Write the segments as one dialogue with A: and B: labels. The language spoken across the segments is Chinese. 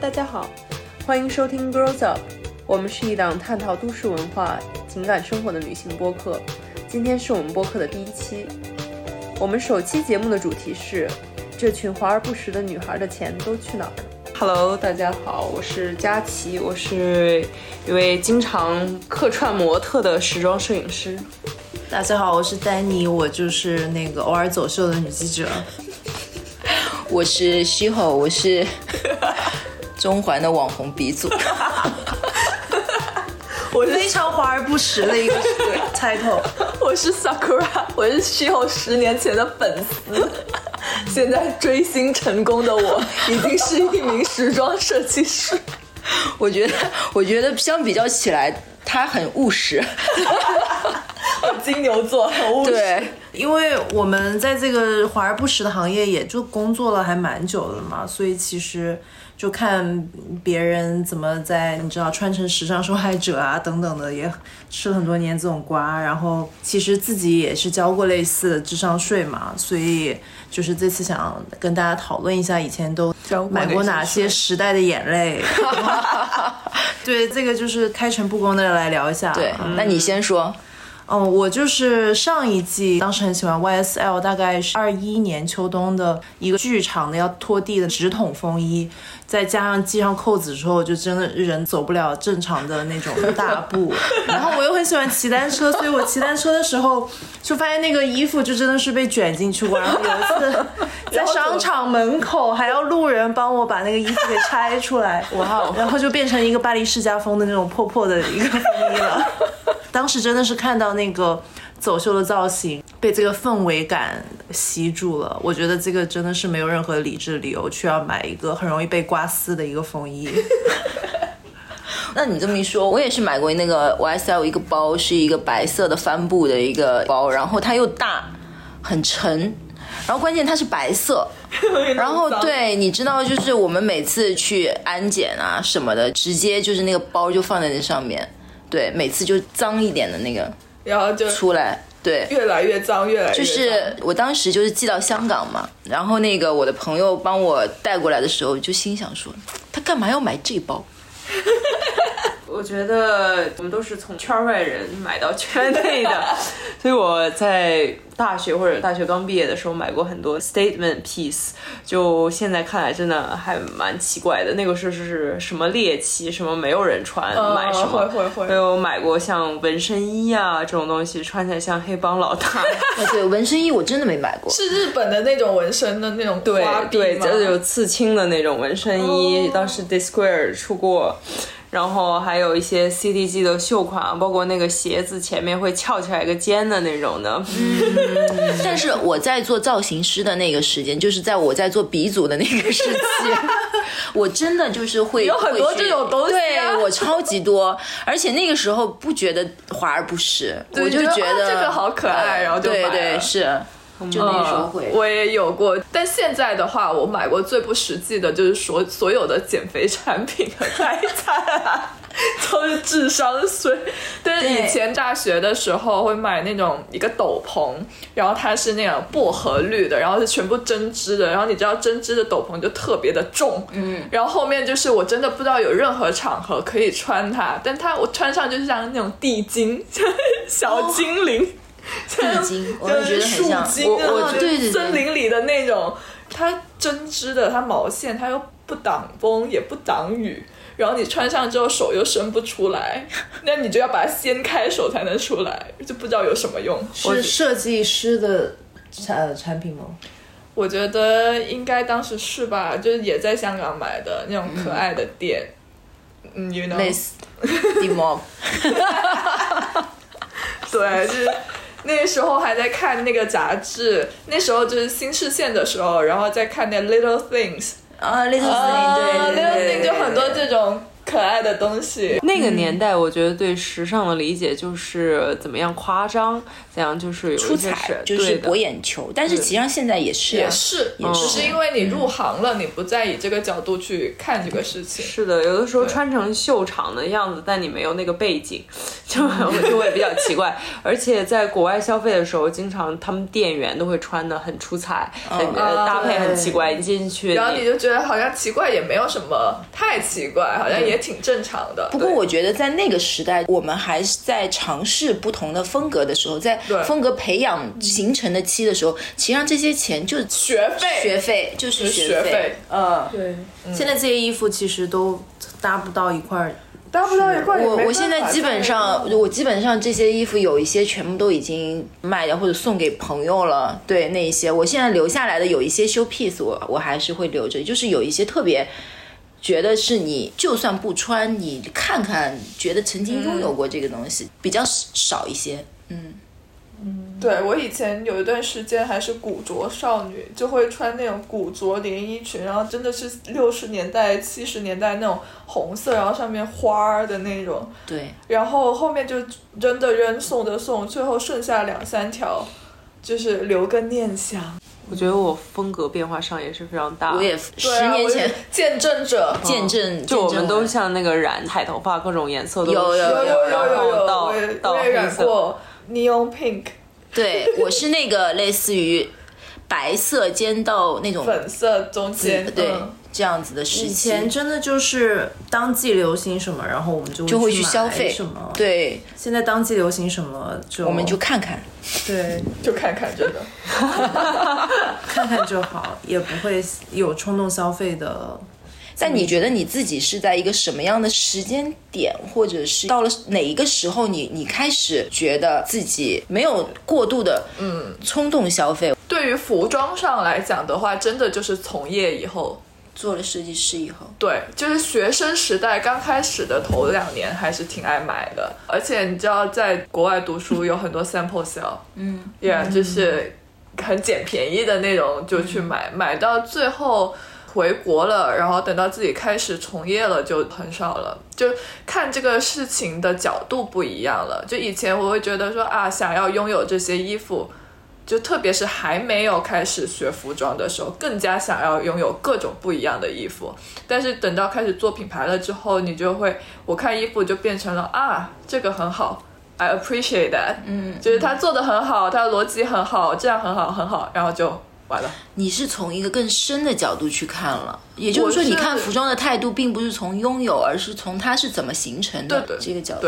A: 大家好，欢迎收听 Girls Up，我们是一档探讨都市文化、情感生活的旅行播客。今天是我们播客的第一期，我们首期节目的主题是“这群华而不实的女孩的钱都去哪儿了
B: Hello，大家好，我是佳琪，我是一位经常客串模特的时装摄影师。
C: 大家好，我是丹妮，我就是那个偶尔走秀的女记者。
D: 我是西吼，我是中环的网红鼻祖。
C: 我非常华而不实的一个 title，
B: 我是 Sakura，我是西后十年前的粉丝，现在追星成功的我，已经是一名时装设计师。
D: 我觉得，我觉得相比较起来，他很务实。
B: 金牛座 很务实，
D: 对，
C: 因为我们在这个华而不实的行业也就工作了还蛮久的了嘛，所以其实就看别人怎么在你知道穿成时尚受害者啊等等的，也吃了很多年这种瓜，然后其实自己也是交过类似的智商税嘛，所以就是这次想跟大家讨论一下以前都
B: 交过
C: 买
B: 类
C: 过
B: 似
C: 哪些时代的眼泪。对，这个就是开诚布公的来聊一下。啊
D: 对，那你先说。
C: 嗯，我就是上一季，当时很喜欢 YSL，大概是二一年秋冬的一个巨长的要拖地的直筒风衣，再加上系上扣子之后，就真的人走不了正常的那种大步。 然后我又很喜欢骑单车，所以我骑单车的时候就发现那个衣服就真的是被卷进去过。然后有一次 在商场门口还要路人帮我把那个衣服给拆出 来，哇哦！然后就变成一个巴黎世家风的那种破破的一个风衣了。 当时真的是看到那个走秀的造型，被这个氛围感吸住了。我觉得这个真的是没有任何理智理由去要买一个很容易被刮丝的一个风 衣。
D: 那你这么一说，我也是买过那个 YSL 一个包，是一个白色的帆布的一个包，然后它又大，很沉，然后关键它是白色。然后对，你知道，就是我们每次去安检啊什么的，直接就是那个包就放在那上面，对，每次就脏一点的那个
B: 然后就
D: 出来，对，
B: 越来越脏，越来越脏
D: 就是我当时就是寄到香港嘛，然后那个我的朋友帮我带过来的时候，就心想说，他干嘛要买这包？
B: 我觉得我们都是从圈外人买到圈内 的，所以我在大学或者大学刚毕业的时候买过很多 statement piece，就现在看来真的还蛮奇怪的。那个时候是什么猎奇，什么没有人穿，买什么？
A: 哦会会会
B: 所以我买过像纹身衣啊这种东西，穿起来像黑帮老大。
D: 啊，对，纹身衣我真的没买过。
A: 是日本的那种纹身的那种
B: 对
A: 花臂
B: 对，
A: 吗
B: 就是有刺青的那种纹身衣，
D: 哦
B: 当时 Disquare 出过，然后还有一些 CDG 的秀款，包括那个鞋子前面会翘起来一个尖的那种的。
D: 但是我在做造型师的那个时间，就是在我在做鼻祖的那个 时期，我真的就是会有
A: 很多这种东西啊
D: 对我超级多，而且那个时候不觉得华而不实，我就
A: 你觉
D: 觉
A: 得啊
D: 得、
A: 这个好可爱
D: 呃
A: 然后就
D: 对
A: 买
D: 对
A: 了嗯
D: 是，就
B: 嗯
D: 那个时候会。
A: 我也有过，但现在的话，我买过最不实际的就是所所有的减肥产品和代餐啊，都是智商税。但是以前大学的时候会买那种一个斗篷，然后它是那种薄荷绿的，然后是全部针织的，然后你知道针织的斗篷就特别的重，嗯，然后后面就是我真的不知道有任何场合可以穿它，但它我穿上就是像那种地精， 小精灵。
D: 地 精，我也觉得很像
A: 就是树精
D: 我
A: 啊
D: 我
A: 就是
D: 对对对
A: 森林里的那种，它针织的，它毛线，它又不挡风也不挡雨，然后你穿上之后手又伸不 出来，那你就要把它掀开手才能出来，就不知道有什么用。
C: 是设计师的产产品吗？
A: 我觉得应该当时是吧，就是也在香港买的那种可爱的店，嗯，you know，
D: 类似 d e m
A: 对，就是那时候还在看那个杂志，那时候就是新视线的时候，然后在看那 Little Things。
D: 呃啊，Little Thing，对对对
A: Little
D: 对
A: Thing 就很多这种可爱的东
D: 嗯
A: 西。
B: 那个年代，我觉得对时尚的理解就是怎么样夸张，怎样就是有
D: 出
B: 一些
D: 彩
B: 是
D: 就是
B: 对的
D: 博眼球，但是其实上现在也是啊
A: 也是，
D: 也
A: 只
D: 是
A: 是因为你入行了，你不再以这个角度去看这个事情。
B: 是的，有的时候
A: 对
B: 穿成秀场的样子，但你没有那个背景，就就会比较奇怪。而且在国外消费的时候，经常他们店员都会穿的很出彩，很呃
A: 啊
B: 搭配很
C: 对
B: 奇怪。你进去，
A: 然后你就觉得好像奇怪也没有什么太奇怪，好像也挺正常的。
D: 不过我觉得在那个时代，我们还是在尝试不同的风格的时候，在
A: 对
D: 风格培养形成的期的时候，其实上这些钱就是
A: 学费
D: 学费就是
A: 学
D: 费嗯
A: 费。嗯
C: 呃，
A: 对，
C: 现在这些衣服其实都搭不到一块儿。
A: 搭不到一块儿也没办
D: 我
A: 法。
D: 我现在基本上，我基本上这些衣服有一些全部都已经卖掉或者送给朋友了，对那一些，我现在留下来的有一些 show piece，我我还是会留着，就是有一些特别。觉得是你就算不穿，你看看，觉得曾经拥
A: 嗯
D: 有过这个东西、比较少一些。
A: 对我以前有一段时间还是古着少女，就会穿那种古着连衣裙，然后真的是六十年代、七十年代那种红色，然后上面花儿的那种，
D: 对，
A: 然后后面就扔的扔，送的送，最后剩下两三条，就是留个念想。
B: 我觉得我风格变化上也是非常大。嗯
D: 我也
A: 对
D: 十
A: 啊
D: 年
A: 我
D: 前
A: 也见证者，
D: 见证，
B: 就我
D: 见
B: 们
D: 证
B: 都像那个染彩头发，各种颜色都
D: 有有
A: 有有有
B: 然
A: 有
B: 后
A: 有，
B: 到
A: 我也
B: 到
A: 我也
B: 黑
A: 染
B: 色。
A: 过 neon pink
D: 对，我是那个类似于白色尖到那种
A: 粉色中间，
D: 对
A: 嗯
D: 这样子的时
C: 以
D: 期，
C: 前真的就是当季流行什么，然后我们就
D: 就会去
C: 去
D: 消
C: 买
D: 费
C: 什么。，
D: 对，
C: 现在当季流行什么就
A: 嗯
D: 我们就看看。
C: 对
A: 就看看真的。
C: 看看就好，也不会有冲动消费的。
D: 嗯但
A: 嗯
D: 你觉得你自己是在一个什么样的时间点，或者是到了哪一个时候你，你开始觉得自己没有过度的嗯冲动消费？
A: 对于服装上来讲的话，真的就是从业以后，
D: 做了设计师以后，
A: 对，就是学生时代刚开始的头两年还是挺爱买的，而且你知道，在国外读书有很多 sample sale，嗯，yeah，就是很捡便宜的那种就去买，买到最后回国了，然后等到自己开始从业了就很少了，就看这个事情的角度不一样了。就以前我会觉得说啊，想要拥有这些衣服，就特别是还没有开始学服装的时候，更加想要拥有各种不一样的衣服。但是等到开始做品牌了之后，你就会，我看衣服就变成了啊，这个很好，I appreciate that，嗯，就是他做的很好，他的逻辑很好，这样很好很好，然后就完了。
D: 你是从一个更深的角度去看了，也就是说，
A: 我是
D: 你看服装的态度，并不是从拥有，而是从它是怎么形成的
A: 对对
D: 这个角度。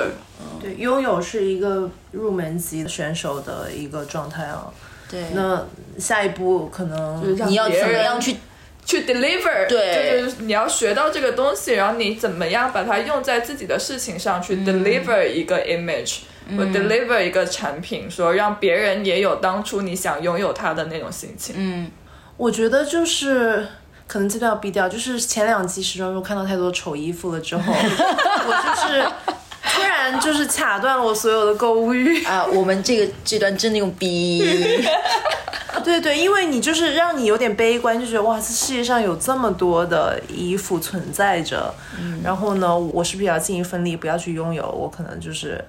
C: 对，
A: 对，
C: 拥有是一个入门级选手的一个状态啊。
D: 对
C: 那下一步可能
A: 让
D: 你要
A: 别
D: 怎么
A: 人
D: 样去
A: 去 deliver，
D: 对
A: 就是你要学到这个东西，然后你怎么样把它用在自己的事情上
D: 嗯
A: 去 deliver 一个 image，或 deliver 一个产品，说让别人也有当初你想拥有它的那种心情。
D: 嗯
C: 我觉得就是可能这段要逼掉，就是前两期时装周看到太多丑衣服了之 后，我就是突然就是卡断了我所有的购物欲。
D: 啊，我们这个这段真的用逼，
C: 对对，因为你就是让你有点悲观，就觉得哇，这世界上有这么多的衣服存在着，然后呢，我是不是也要尽一份力，不要去拥有？我可能就是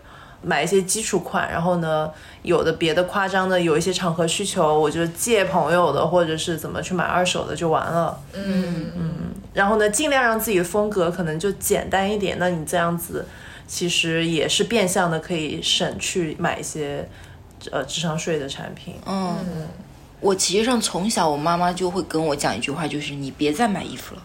C: 买一些基础款，然后呢，有的别的夸张的，有一些场合需求，我就借朋友的，或者是怎么去买二手的就完了。嗯嗯，然后呢，尽量让自己的风格可能就简单一点。那你这样子，其实也是变相的可以省去买一些。呃，智商税的产品，
D: 我其实上从小我妈妈就会跟我讲一句话，就是你别再买衣服了，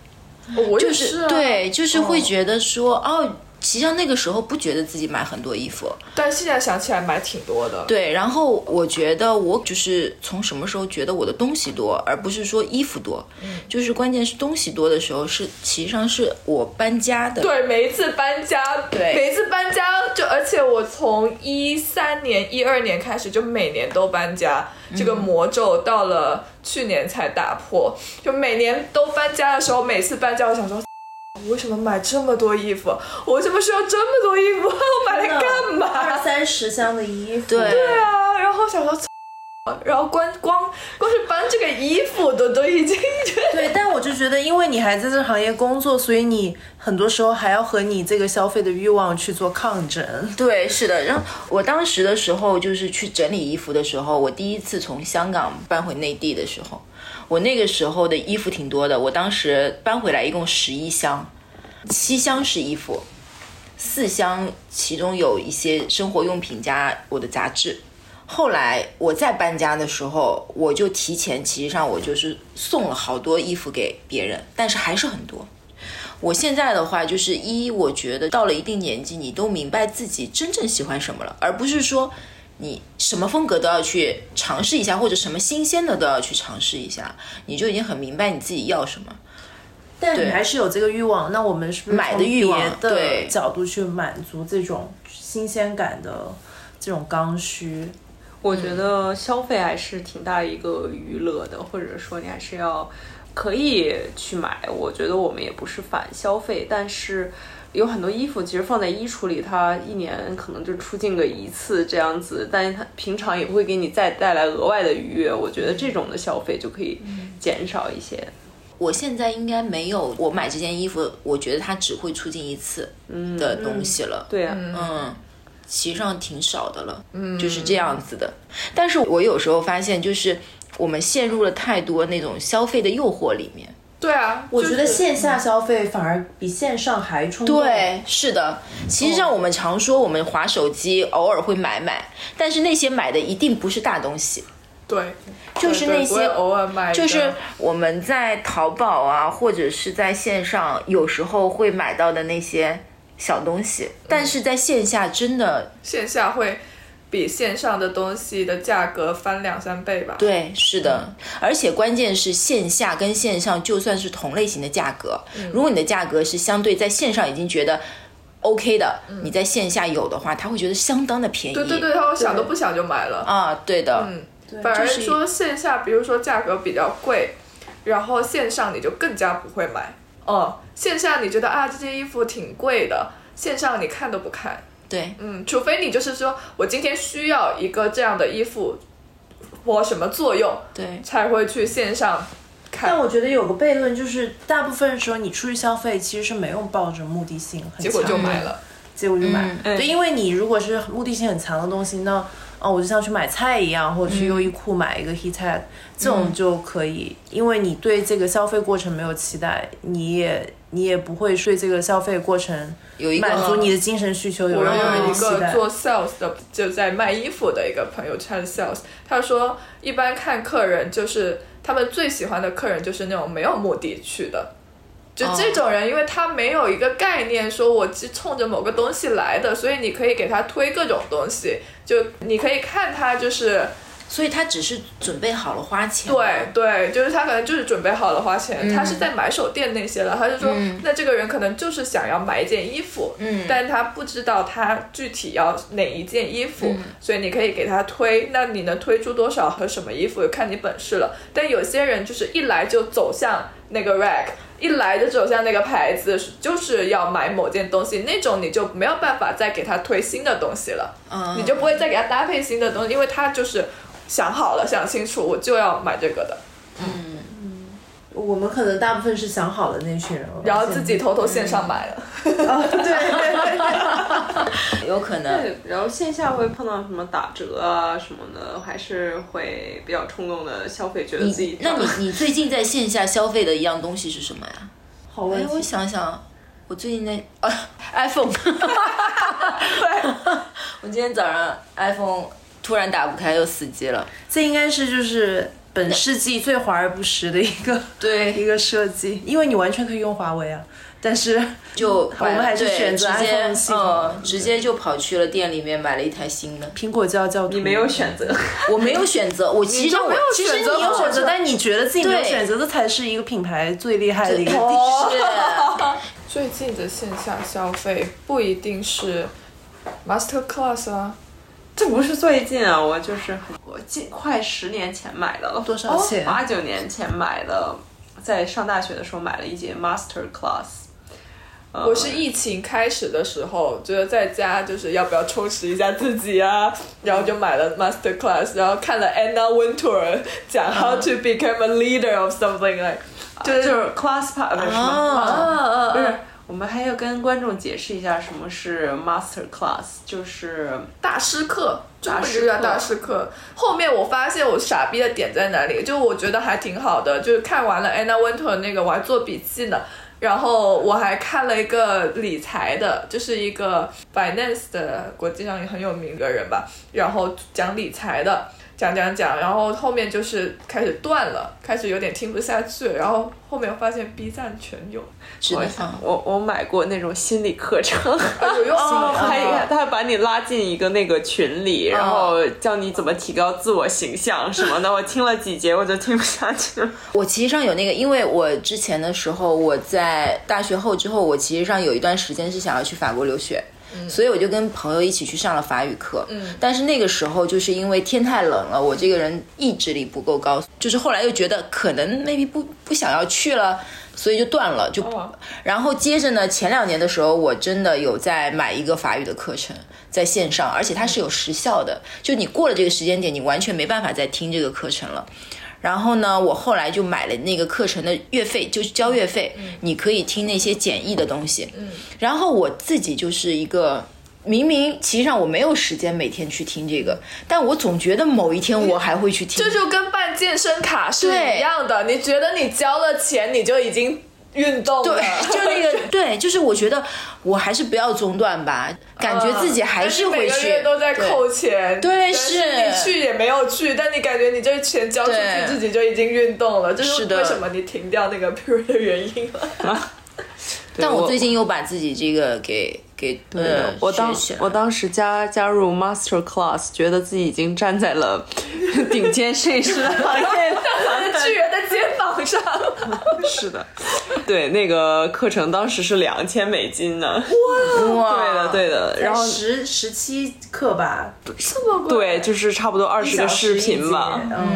A: 哦我也、
D: 就是是
A: 啊、，
D: 对，嗯就是会觉得说哦。其实上那个时候不觉得自己买很多衣服，
A: 但现在想起来买挺多的。
D: 对。然后我觉得我就是从什么时候觉得我的东西多，而不是说衣服多，就是关键是东西多的时候是，其实上是我搬家的，
A: 对，每一次搬家，
D: 对
A: 每一次搬家就，而且我从一三年、一二年开始就每年都搬家，这个魔咒到了去年才打破。就每年都搬家的时候，每次搬家，我想说。 我为什么买这么多衣服？我为什么需要这么多 衣服？我买来干嘛？
C: 三十箱的衣服，
D: 对
A: 对啊，然后想说， 然后光光光是搬这个衣服都都已经觉得
C: 对，但我就觉得，因为你还在这行业工作，所以你很多时候还要和你这个消费的欲望去做抗争。
D: 对，是的。然后我当时的时候，就是去整理衣服的时候，我第一次从香港搬回内地的时候，我那个时候的衣服挺多的。我当时搬回来一共十一箱，七箱是衣服，四箱其中有一些生活用品加我的杂志。后来我再搬家的时候，我就提前，其实上我就是送了好多衣服给别人，但是还是很多。我现在的话，就是一，我觉得到了一定年纪，你都明白自己真正喜欢什么了，而不是说你什么风格都要去尝试一下，或者什么新鲜的都要去尝试一下，你就已经很明白你自己要什么。
C: 但
D: 对
C: 你还是有这个欲望，那我们是不是
D: 买的
C: 从
D: 欲望
C: 别
D: 对
C: 的角度去满足这种新鲜感的这种刚需？
B: 我
D: 嗯
B: 觉得消费还是挺大一个娱乐的，或者说你还是要可以去买。我觉得我们也不是反消费，但是有很多衣服其实放在衣橱里，它一年可能就出镜个一次这样子，但是它平常也不会给你再带来额外的愉悦。我觉得这种的消费就可以
D: 嗯
B: 减少一些。
D: 我现在应该没有，我买这件衣服，我觉得它只会出镜一次的东西了。
B: 对啊，
D: 嗯，其实上挺少的了，嗯，就是这样子的。但是我有时候发现，就是我们陷入了太多那种消费的诱惑里面。
A: 对啊，
C: 我觉得
A: 就是
C: 线下消费反而比线上还冲动。
D: 对，是的。其实上我们常说，我们划手机偶尔会买买，但是那些买的一定不是大东西，
A: 对，
D: 就是
A: 对
D: 那
A: 我也
D: 些
A: 偶尔买的，
D: 就是我们在淘宝啊，或者是在线上，有时候会买到的那些小东西，但是在线下真的
A: 线下会比线上的东西的价格翻两三倍吧。
D: 对，是的，嗯而且关键是线下跟线上，就算是同类型的价格，如果你的价格是相对在线上已经觉得 OK 的，你在线下有的话，他会觉得相当的便宜。
A: 对对对，他会想都不想就买了。
D: 啊，对的，
A: 反而
D: 就是
A: 说线下，比如说价格比较贵，然后线上你就更加不会买。哦、线下你觉得啊这件衣服挺贵的，线上你看都不看。
D: 对
A: 嗯，除非你就是说我今天需要一个这样的衣服，我什么作用
D: 对
A: 才会去线上看。
C: 但我觉得有个悖论就是，大部分时候你出去消费其实是没有抱着目的性很强的，
A: 结果就买了。
C: 结果就买。
D: 嗯
C: 对，因为你如果是目的性很强的东西，那哦，我就像去买菜一样，或者去优衣库买一
A: 嗯
C: 个 heat tag，、这种就可以，因为你对这个消费过程没有期待，你也你也不会对这个消费过程
D: 有一个
C: 满足你的精神需求有
A: 我
C: 任何
A: 有
C: 的
A: 一
C: 期
A: 个
C: 待。
A: 做 sales 的，就在卖衣服的一个朋友 chat sales，他说一般看客人就是他们最喜欢的客人就是那种没有目的去的。就这种人，因为他没有一个概念，说我是冲着某个东西来的，所以你可以给他推各种东西，就你可以看他就是
D: 所以他只是准备好了花钱。
A: 对对，就是他可能就是准备好了花钱，他是在买手店那些了。他就说，那这个人可能就是想要买一件衣服，嗯，但他不知道他具体要哪一件衣服，所以你可以给他推，那你能推出多少和什么衣服，看你本事了。但有些人就是一来就走向那个 rack。一来就走向那个牌子，就是要买某件东西，那种你就没有办法再给他推新的东西了，你就不会再给他搭配新的东西，因为他就是想好了，想清楚，我就要买这个的，
C: 我们可能大部分是想好的那群人，
A: 然后自己偷偷线上买了。
C: 对 对对
D: 有可能。
B: 对，然后线下会碰到什么打折啊什么的，还是会比较冲动的消费，觉得自己
D: 你那你你最近在线下消费的一样东西是什么呀？
C: 好
D: 哎
C: 问，
D: 我
C: 题。
D: 想想，我最近在啊 iPhone，我今天早上 iPhone 突然打不开又死机了。
C: 这应该是就是本世纪最华而不实的一个一
D: 对，
C: 个设计，因为你完全可以用华为啊，但是
D: 就
C: 我们还是
D: 对
C: 选择
D: 直接
C: iPhone 系统
D: 嗯直接就跑去了店里面买了一台新的。
C: 苹果就要教徒
B: 你没有选择，
D: 我没有选择，我其实
A: 就
D: 我
A: 没有
D: 其实
A: 选择
D: 你有
A: 吗
C: 选择，但你觉得自己没有
D: 对
C: 选择，这才是一个品牌最厉害的一个 地方。
D: 是
A: 嗯最近的线下消费不一定是 Master Class 啊，
B: 这不是最近啊，我就是很我近快十年前买的了，哦
C: 多少钱
B: 八九、年前买的，在上大学的时候买了一节 Master Class，呃
A: 我是疫情开始的时候，觉得在家就是要不要充实一下自己啊，然后就买了 Master Class，然后看了 Anna Wintour 讲 How to become a leader of 嗯 something like，
B: 就是就是 class part 不是什么，
A: 啊
B: 不是。我们还要跟观众解释一下什么是 master class，就是
A: 大师课，中文
B: 大师
A: 就叫
B: 课
A: 大师课。后面我发现我傻逼的点在哪里，就我觉得还挺好的，就是看完了 Anna Wintour 那个，我还做笔记呢。然后我还看了一个理财的，就是一个 finance 的国际上也很有名的人吧，然后讲理财的，讲讲讲，然后后面就是开始断了，开始有点听不下去，然后后面发现 B 站全有，
D: 只
B: 我
D: 能啊
B: 我我买过那种心理课程，
A: 啊有用
B: 哦，
A: 吗？
B: 还他还把你拉进一个那个群里，然后教你怎么提高自我形象什么的。我听了几节我就听不下去了。
D: 我其实上有那个，因为我之前的时候，我在大学后之后，我其实上有一段时间是想要去法国留学。所以我就跟朋友一起去上了法语课，嗯，但是那个时候就是因为天太冷了，我这个人意志力不够高，就是后来又觉得可能 maybe 不不想要去了，所以就断了，就
A: 哦
D: 然后接着呢，前两年的时候，我真的有在买一个法语的课程，在线上，而且它是有时效的，就你过了这个时间点，你完全没办法再听这个课程了。然后呢，我后来就买了那个课程的月费，就是交月费，
A: 嗯
D: 你可以听那些简易的东西。嗯，然后我自己就是一个。明明其实上我没有时间每天去听这个，但我总觉得某一天我还会去听。
A: 这就跟办健身卡是
D: 对
A: 一样的，你觉得你交了钱，你就已经运动了，
D: 对，就那 个对，就是我觉得我还是不要中断吧，感觉自己还是会
A: 嗯但嗯你每
D: 去
A: 个月都在
D: 对
A: 扣钱，
D: 对
A: 但
D: 是
A: 是你去也没有去，但你感觉你这钱交出
D: 对
A: 去，自己就已经运动了，这
D: 是
A: 是
D: 的
A: 为什么你停掉那个 period 的原因了。
D: 但我
B: 我
D: 最近又把自己这个给给呃，
B: 我当
D: 学起
A: 啊
D: 来
B: 我当时加加入 master class，觉得自己已经站在了 顶尖摄影师的行 业里。
A: 巨人的肩膀上，
B: 是的，对那个课程当时是两千美金呢。
D: 哇，
B: 对的，对的，然后
C: 十十七课吧，
A: 这么贵？
B: 对，就是差不多二十个视频吧。
C: 嗯，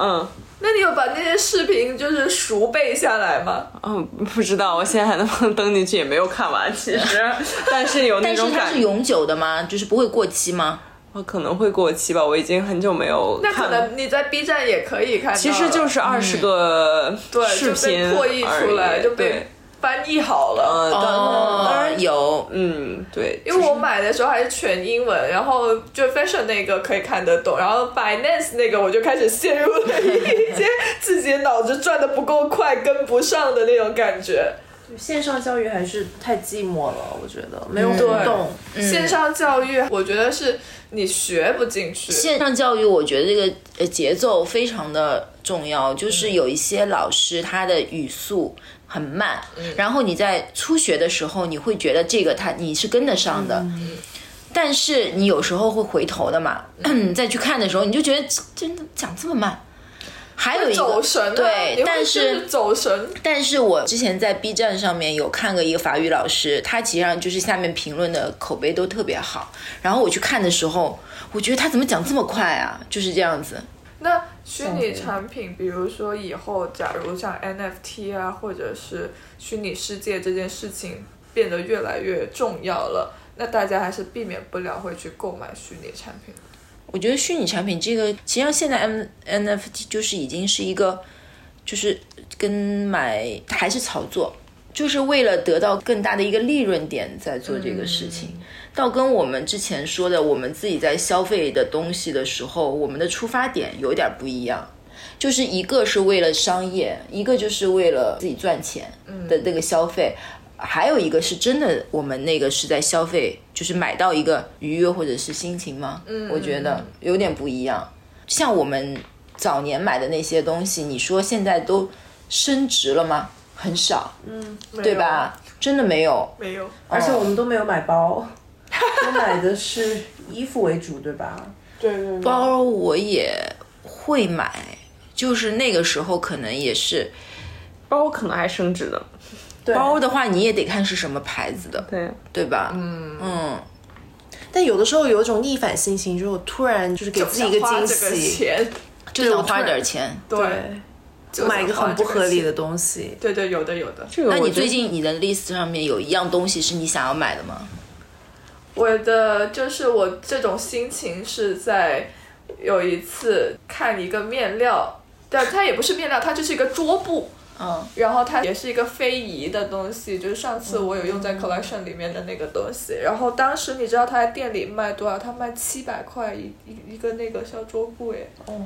B: 嗯
A: 那你有把那些视频就是熟背下来吗？
B: 嗯，不知道，我现在还能不能登进去也没有看完，其实， 但是有那
D: 但是
B: 种
D: 它
B: 感
D: 是
B: 觉，
D: 永久的吗？就是不会过期吗？
B: 我可能会过期吧，我已经很久没有
A: 那可
B: 看了。
A: 能你在 B 站也可以看到了，
B: 其实就是二十个
A: 嗯对，
B: 视
A: 就
B: 频
A: 被破译
B: 而已
A: 出来，就
B: 对
A: 被翻译好了。
B: 呃，当当
D: 哦
B: 然，
D: 有，
B: 嗯，对，
A: 因为我买的时候还是全英文，然后就 fashion 那个可以看得懂，然后 finance 那个我就开始陷入了一些自己脑子转的不够快、跟不上的那种感觉。
C: 线上教育还是太寂寞了，我觉得没有互动。
D: 嗯
A: 线上教育，我觉得是你学不进去。
D: 线上教育，我觉得这个呃节奏非常的重要，就是有一些老师他的语速很慢，
A: 嗯
D: 然后你在初学的时候，你会觉得这个他你是跟得上的。
A: 嗯
D: 但是你有时候会回头的嘛，
A: 嗯
D: 再去看的时候，你就觉得这真的讲这么慢。还有一
A: 走
D: 个
A: 神啊，
D: 对
A: 你，会
D: 但
A: 就是走神，
D: 但是我之前在 B 站上面有看过一个法语老师，他其实上就是下面评论的口碑都特别好。然后我去看的时候，我觉得他怎么讲这么快啊？就是这样子。
A: 那虚拟产品，比如说以后，假如像 NFT 啊，或者是虚拟世界这件事情变得越来越重要了，那大家还是避免不了会去购买虚拟产品。
D: 我觉得虚拟产品这个，其实上现在 M NFT 就是已经是一个，就是跟买还是炒作，就是为了得到更大的一个利润点在做这个事情。倒跟我们之前说的，我们自己在消费的东西的时候，我们的出发点有点不一样。就是一个是为了商业，一个就是为了自己赚钱的那个消费，还有一个是真的我们那个是在消费，就是买到一个愉悦或者是心情吗？嗯，我觉得有点不一样。像我们早年买的那些东西，你说现在都升值了吗？很少，对吧？真的没有。
A: 没有？没有。
C: 而且我们都没有买 包，都买的是衣服为主，对吧？
A: 对对对。
D: 包我也会买，就是那个时候可能也是
B: 包可能还升值呢。
C: 对
D: 包的话，你也得看是什么牌子的，
B: 对，
D: 对吧？嗯嗯。
C: 但有的时候有一种逆反心情，就是我突然就是给自己一
A: 想花
C: 惊
A: 这个
C: 喜，
A: 钱，
D: 就想花点钱。
A: 对，就
C: 买一个
A: 想花
C: 很不
A: 这
C: 合理
A: 钱
C: 的。东西。
A: 对对，有的有的。
B: 这个
D: 那
B: 我
D: 你
B: 觉
D: 最
B: 得
D: 近你的 list 上面有一样东西是你想要买的吗？
A: 我的就是我这种心情是在有一次看一个面料，但它也不是面料，它就是一个桌布。
D: 嗯，
A: 然后它也是一个非遗的东西，就是上次我有用在 collection 里面的那个东西。然后当时你知道它在店里卖多少？它卖七百块一一一个那个小桌布哎。哦。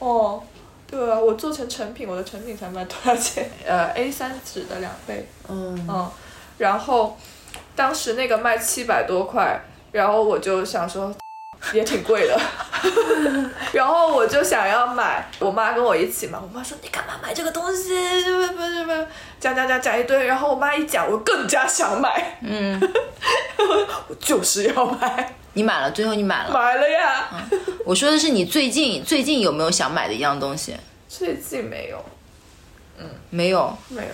A: 哦，对啊，我做成成品，我的成品才卖多少钱？呃，A 三纸的两倍。
C: 嗯，
A: 嗯，然后当时那个卖七百多块，然后我就想说 也挺贵的， 然后我就想要买，我妈跟我一起嘛，我妈说你干嘛买这个东西？ 不不不不，讲讲讲讲一堆，然后我妈一讲，我更加想买，嗯， 我就是要买，
D: 你买了，最后你买了。
A: 买了呀，
D: 我说的是你最近最近有没有想买的一样东西？
A: 最近没有
D: 没有，
A: 没有。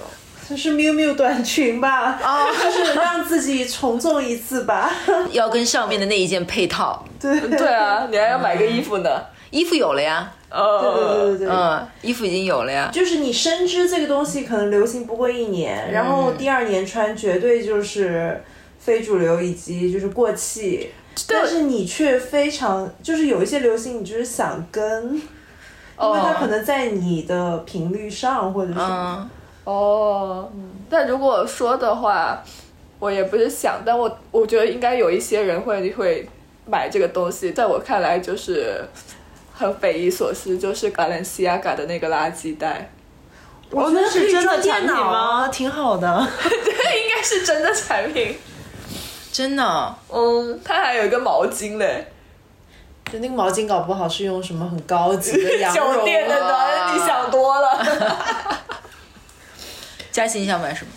C: 就是缪缪短裙吧，啊，就是让自己重中一次吧。
D: 要跟上面的那一件配套。
C: 对，对
A: 对啊，你还要买个衣服呢。
D: 衣服有了呀，
C: 对对对对。
D: 嗯，衣服已经有了呀。
C: 就是你深知这个东西可能流行不过一年，然后第二年穿绝对就是非主流以及就是过气，但是你却非常就是有一些流行你就是想跟，因为它可能在你的频率上或者什么，
D: 嗯，
A: 哦，但如果说的话，我也不是想，但我我觉得应该有一些人会会买这个东西，在我看来就是很匪夷所思，就是 Balenciaga 的那个垃圾袋，
C: 我觉得
B: 那是
C: 可以
B: 真的
C: 装
B: 产
C: 电
B: 品
C: 脑啊，
B: 吗
C: 挺好的。
A: 应该是真的产品。
D: 真的，
A: 嗯，它还有一个毛巾嘞，
C: 就那个毛巾搞不好是用什么很高级的 羊绒啊
A: 酒店的呢，
D: 啊
A: 你想多了。
D: 嘉欣你想买什么？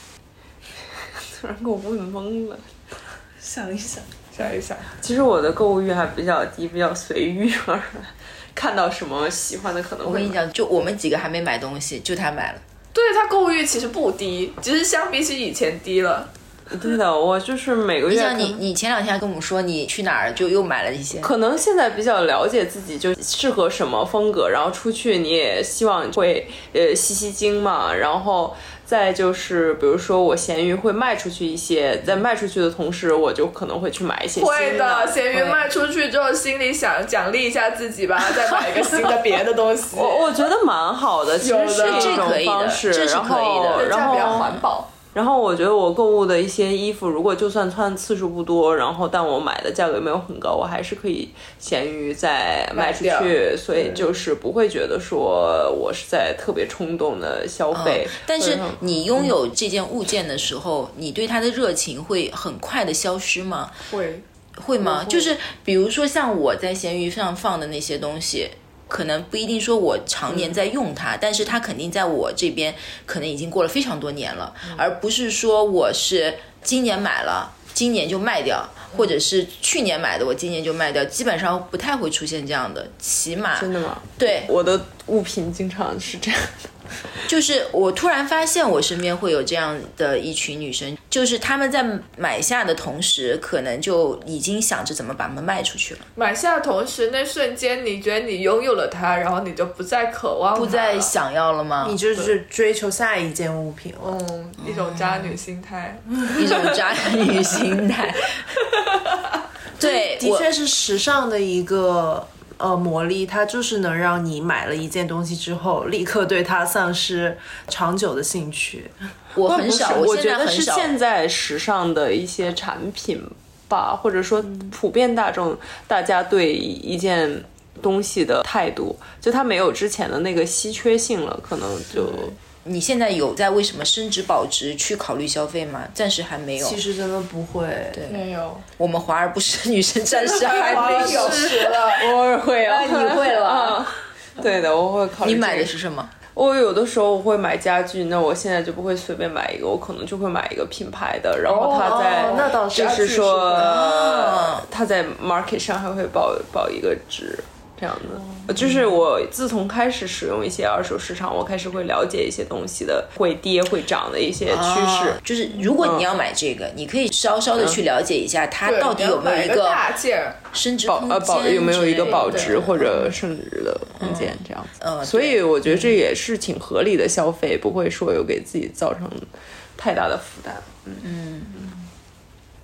B: 突然给我问懵了。
C: 想一想，
A: 想一想，
B: 其实我的购物欲还比较低，比较随遇而安，看到什么喜欢的可能
D: 我
B: 会
D: 跟你
B: 买。
D: 讲，就我们几个还没买东西，就他买了。
A: 对它购物欲其实不低，只是相比起以前低了。
B: 对的，我就是每个
D: 你
B: 月可
D: 像你，
B: 能
D: 你前两天还跟我们说你去哪儿就又买了一些，
B: 可能现在比较了解自己，就适合什么风格，然后出去你也希望会呃吸吸睛嘛，然后再就是比如说我闲鱼会卖出去一些，在卖出去的同时，我就可能会去买一些
A: 会
B: 新
A: 的，
B: 的。
A: 咸鱼
D: 会
A: 卖出去之后，心里想奖励一下自己吧，再买一个新 的别的东西。
B: 我我觉得蛮好的，其实是
A: 这
B: 一种
D: 可以的
B: 方式，
D: 这是
B: 然
D: 可以
B: 后
D: 的
A: 这样
B: 然
A: 比较
B: 后
A: 环保。
B: 然后我觉得我购物的一些衣服，如果就算穿次数不多，然后但我买的价格没有很高，我还是可以闲鱼再卖出
A: 卖
B: 去，
A: 掉
B: 所以就是不会觉得说我是在特别冲动的消费。
D: 哦但
B: 或
D: 是
B: 者说
A: 嗯
D: 你拥有这件物件的时候，你对它的热情会很快的消失吗？
A: 会，
D: 会吗？
A: 会
D: 就是比如说像我在闲鱼上放的那些东西，可能不一定说我常
A: 嗯
D: 年在用它，但是它肯定在我这边可能已经过了非常多年了，
A: 嗯
D: 而不是说我是今年买了。今年就卖掉，
A: 嗯
D: 或者是去年买的，我今年就卖掉，基本上不太会出现这样的。起码
B: 真的吗？
D: 对，
B: 我的物品经常是这样的，
D: 就是我突然发现，我身边会有这样的一群女生，就是她们在买下的同时，可能就已经想着怎么把它们卖出去了，
A: 买下的同时那瞬间，你觉得你拥有了它，然后你就不再渴望它了，
D: 不再想要了吗？
C: 你就是追求下一件物品了。
A: 嗯一种渣女心态。
D: 一种渣女心 态。对，
C: 的
D: 我
C: 确是时尚的一个呃魔力，它就是能让你买了一件东西之后，立刻对它丧失长久的兴趣。
D: 我很少，
B: 我
D: 现
B: 觉
D: 在
B: 得
D: 很
B: 是
D: 少。
B: 现在时尚的一些产品吧，或者说
D: 嗯
B: 普遍大众大家对一件。东西的态度，就它没有之前的那个稀缺性了，可能就
D: 你现在有在为什么升值保值去考虑消费吗？暂时还没有
C: 其。实真的不会，对，
A: 没有，
D: 我们华而不实女生暂时还
A: 还
D: 没
A: 没
D: 有
A: 有。 时了。
B: 偶尔会 啊，
D: 哎你会了
B: 嗯。对的，我会考虑。
D: 你买的是？什么？
B: 我有的时候我会买家具，那我现在就不会随便买一个，我可能就会买一个品牌的，然后它在，
C: 哦那倒是
B: 就是
A: 家具是
B: 说
A: 会
D: 啊，
B: 哦它在 market 上还会保保一个值。这样的。就是我自从开始使用一些二手市场，我开始会了解一些东西的会跌会涨的一些趋势。
D: 就是如果你要买这个，你可以稍稍的去了解一下它
A: 对
D: 到底有没有
A: 你
D: 一
A: 要买
D: 个
A: 大件儿？
D: 升值
B: 保
D: 空
B: 呃保
D: 间
B: 有没有一个
D: 之类
B: 保
D: 的
B: 值或者升值的空间这样子，
D: 嗯
B: 所以
D: 对
B: 我觉得这也是挺合理的消费，不会说有给自己造成太大的负担。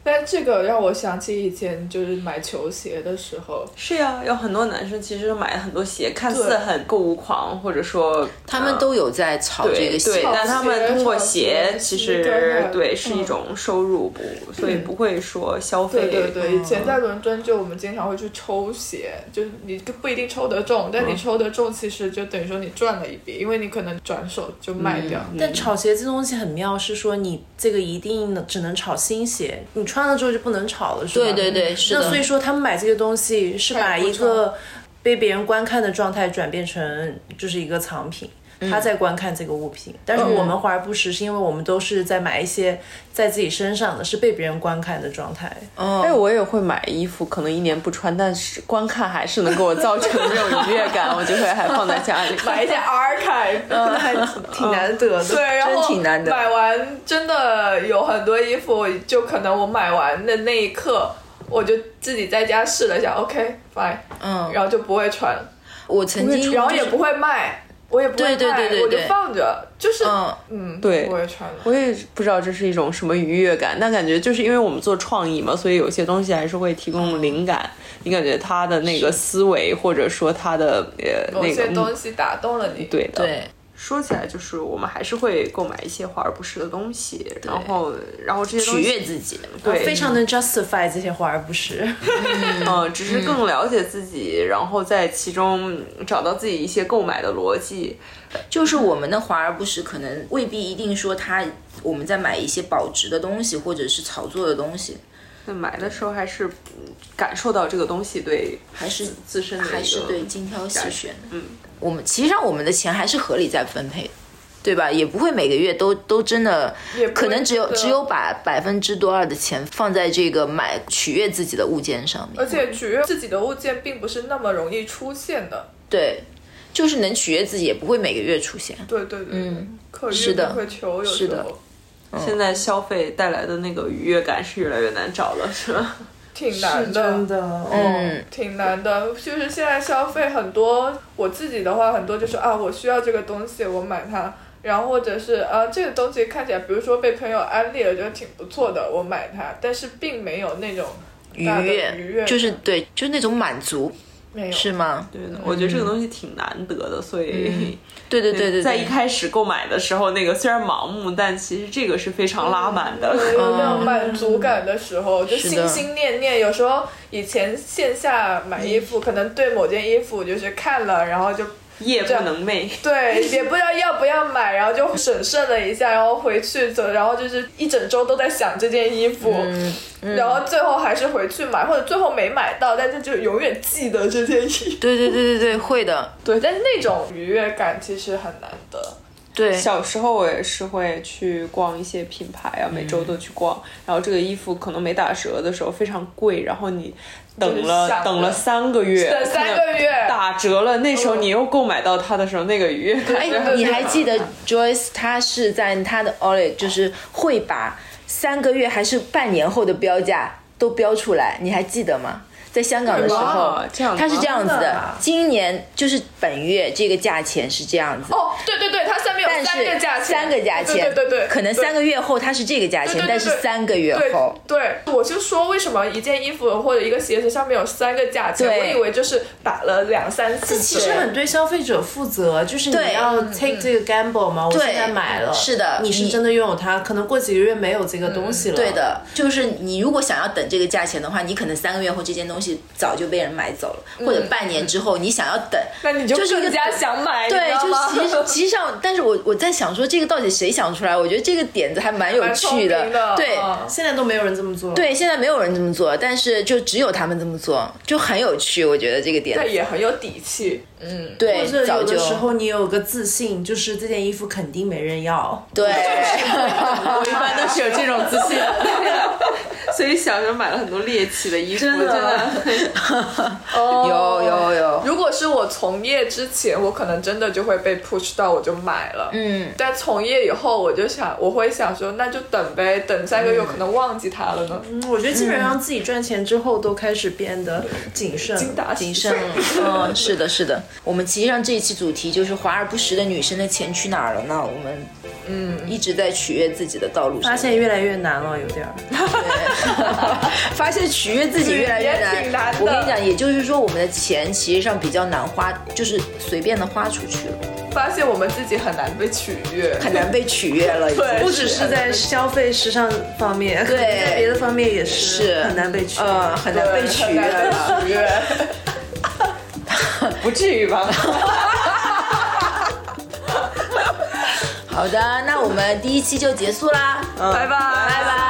A: 但这个让我想起以前就是买球鞋的时候，
B: 是呀、有很多男生其实买了很多鞋，看似
A: 对
B: 很购物狂，或者说
D: 他们
B: 嗯
D: 都有在炒这
B: 对
D: 个戏
B: 对，，但他们通过鞋
A: 炒鞋
B: 其
A: 对
B: 实
A: 对
B: 对
A: 嗯
B: 是一种收入，不所以不会说消费嗯
A: 对对对，以前在伦敦就我们经常会去抽鞋，就是你不一定抽得中，但你抽得中，其实就等于说你赚了一笔，因为你可能转手就卖掉。
D: 嗯
C: 但炒鞋这东西很妙，是说你这个一定能只能炒新鞋，你穿了之后就不能炒了，是吧？
D: 对对对是的
C: 那所以说他们买这个东西是把一个被别人观看的状态转变成就是一个藏品。
D: 嗯
C: 他在观看这个物品，但是我们华而不实，是因为我们都是在买一些在自己身上的，是被别人观看的状态。
D: 哦
B: 哎，我也会买衣服，可能一年不穿，但是观看还是能给我造成这种愉悦感，我就会还放在家里。
A: 买一件 archive，、
C: 那还挺难得
D: 哦
C: 的。
A: 对，然后
D: 挺难的
A: 买完真的有很多衣服，就可能我买完的那一刻，我就自己在家试了一下，OK fine，
D: 嗯，
A: 然后就不会穿了，
D: 我曾经
A: 然后
D: 就是
A: 也不会卖，我也不会卖，
D: 对对对对
A: 我就
D: 对
A: 放着，就是
D: 嗯
A: 嗯，
B: 对
A: 不会穿了。
B: 我也不知道这是一种什么愉悦感，但感觉就是因为我们做创意嘛，所以有些东西还是会提
A: 嗯
B: 供灵感。你感觉他的那个思维，或者说他的呃
A: 某
B: 那
A: 些
B: 个
A: 东西打动了你，
B: 对的，
D: 对
B: 说起来就是我们还是会购买一些华而不实的东西，然后然后这些东
D: 取
B: 西
D: 悦自己，
B: 对
C: 非常能 justify 这些华而不实。
B: 嗯，只是更了解自己，然后在其中找到自己一些购买的逻辑。
D: 就是我们的华而不实，可能未必一定说它我们在买一些保值的东西或者是炒作的东西，
B: 那买的时候还是嗯感受到这个东西对
D: 还是
B: 自身的一个
D: 还是对精挑细选。
B: 嗯，
D: 我们其实上我们的钱还是合理在分配的，对吧？也不会每个月都都真的
A: 也，不会
D: 可能只有
A: 对
D: 只有把百分之多少的钱放在这个买取悦自己的物件上面。
A: 而且取悦自己的物件并不是那么容易出现的。
D: 对，就是能取悦自己，也不会每个月出现。
A: 对对对，
D: 嗯，
A: 可
D: 是
A: 遇
D: 的
A: 不可求，有
D: 是
A: 时
D: 的
A: 候
B: 现在消费带来的那个愉悦感是越来越难找了，是吧？
A: 挺难
C: 真
A: 的。
C: 的，
D: 嗯，
A: 挺难的，就是现在消费很多，我自己的话很多就是啊，我需要这个东西，我买它，然后或者是啊，这个东西看起来，比如说被朋友安利了，觉得挺不错的，我买它，但是并没有那种
D: 愉
A: 大的
D: 悦，
A: 愉悦
D: 就是对，就是那种满足，
A: 没有
D: 是吗？
B: 对的，我觉得这个东西挺难得的，所 以
D: 对嗯对对对对，
B: 在一开始购买的时候，那个虽然盲目，但其实这个是非
D: 嗯
B: 常拉满的。
A: 有那种满呃足感的时候，就是心
D: 的
A: 心念念。有时候以前线下买衣服，可能对某件衣服就是看了，然后就
D: 嗯
B: 夜
D: 啊
B: 不能寐，
A: 对，也不知道要不要买，然后就审慎了一下，然后回去走，然后就是一整周都在想这件衣服，然后最后还是回去买，或者最后没买到，但是就永远记得这件衣服。
D: 对对对对对，会的，
A: 对，但那种愉悦感其实很难得。
D: 对，
B: 小时候我也是会去逛一些品牌啊，每周都
A: 嗯
B: 去逛。然后这个衣服可能没打折的时候非常贵，然后你等
A: 就是想
B: 了
A: 了
B: 等了三个月，
A: 等三个月
B: 可能打折了，那时候
A: 嗯
B: 你又购买到它的时候，那个愉悦感。
D: 哎，你还记得 Joyce 她是在她的 Olay 就是会把三个月还是半年后的标价都标出来，你还记得吗？在香港的时候
B: 哇这样，吗
D: 她是这样子
C: 真的
D: 的
C: 啊，
D: 今年就是本月这个价钱是这样子。
A: 哦，对对对，它上面
D: 但是
A: 有三个价钱，
D: 三个价钱，
A: 对对对对，
D: 可能三
A: 对
D: 个月后它是这个价钱
A: 对对，对
D: 但是三个月后，
A: 对，对，我就说为什么一件衣服或者一个鞋子上面有三个价钱，
D: 对
A: 我以为就是打了两三次折。
C: 其实很对消费者负责，就是你
D: 对嗯
C: 要 take 这个 gamble 嘛，我
D: 对
C: 现在买了，
D: 是的
C: 你是
D: 你嗯
C: 真的拥有它，可能过几个月没有这个东西了，
D: 对，的，就是你如果想要等这个价钱的话，你可能三个月后这件东西早就被人买走了，或者半年之后你想要等，
A: 嗯那你就是
D: 一个
A: 更加想买，你
D: 对，
A: 知道吗
D: 就其实其实上，但是我我在想说，这个到底谁想出来？我觉得这个点子还蛮有
A: 蛮聪
D: 趣
A: 明的
D: 对、
A: 嗯
C: 现在都没有人这么做，，
D: 对，现在没有人这么做，但是就只有他们这么做，就很有趣。我觉得这个点
A: 但
D: 子，
A: 也很有底气。
C: 或
D: 对，
C: 者
D: 早
C: 有
D: 就
C: 的时候你有个自信，就是这件衣服肯定没人要，
D: 对，
B: 我一般都是有这种自信， 所 以小时候买了很多猎奇的衣服，真的
D: 有有有，
A: 如果果是我从业之前，我可能真的就会被 push 到，我就买了。
D: 嗯，
A: 但从业以后，我就想，我会想说，那就等呗，等三个月可能忘记它了呢。
C: 嗯我觉得基本上自己赚钱之后都开始变得
B: 嗯
C: 谨慎。
A: 精打
D: 谨
A: 细
D: 慎了。嗯，是的，是的。我们其实上这一期主题就是华而不实的女生的钱去哪儿了呢？我们嗯一直在取悦自己的道路上，
C: 发现越来越难了，有点儿。
D: 对发现取悦自己越来越
A: 也挺
D: 难
A: 难。的
D: 我跟你讲，也就是说，我们的钱其实上比较难花，就是随便的花出去了，
A: 发现我们自己很难被取悦，
D: 很难被取悦了。已经
A: 对
C: 不只是在消费时尚方面，可能在别的方面也
D: 是
C: 是很难被取。
D: 呃，很难被取悦
A: 很
D: 了。
A: 难被取悦，不至于吧？
D: 好的，那我们第一期就结束啦，
A: 拜拜，拜
D: 嗯拜拜。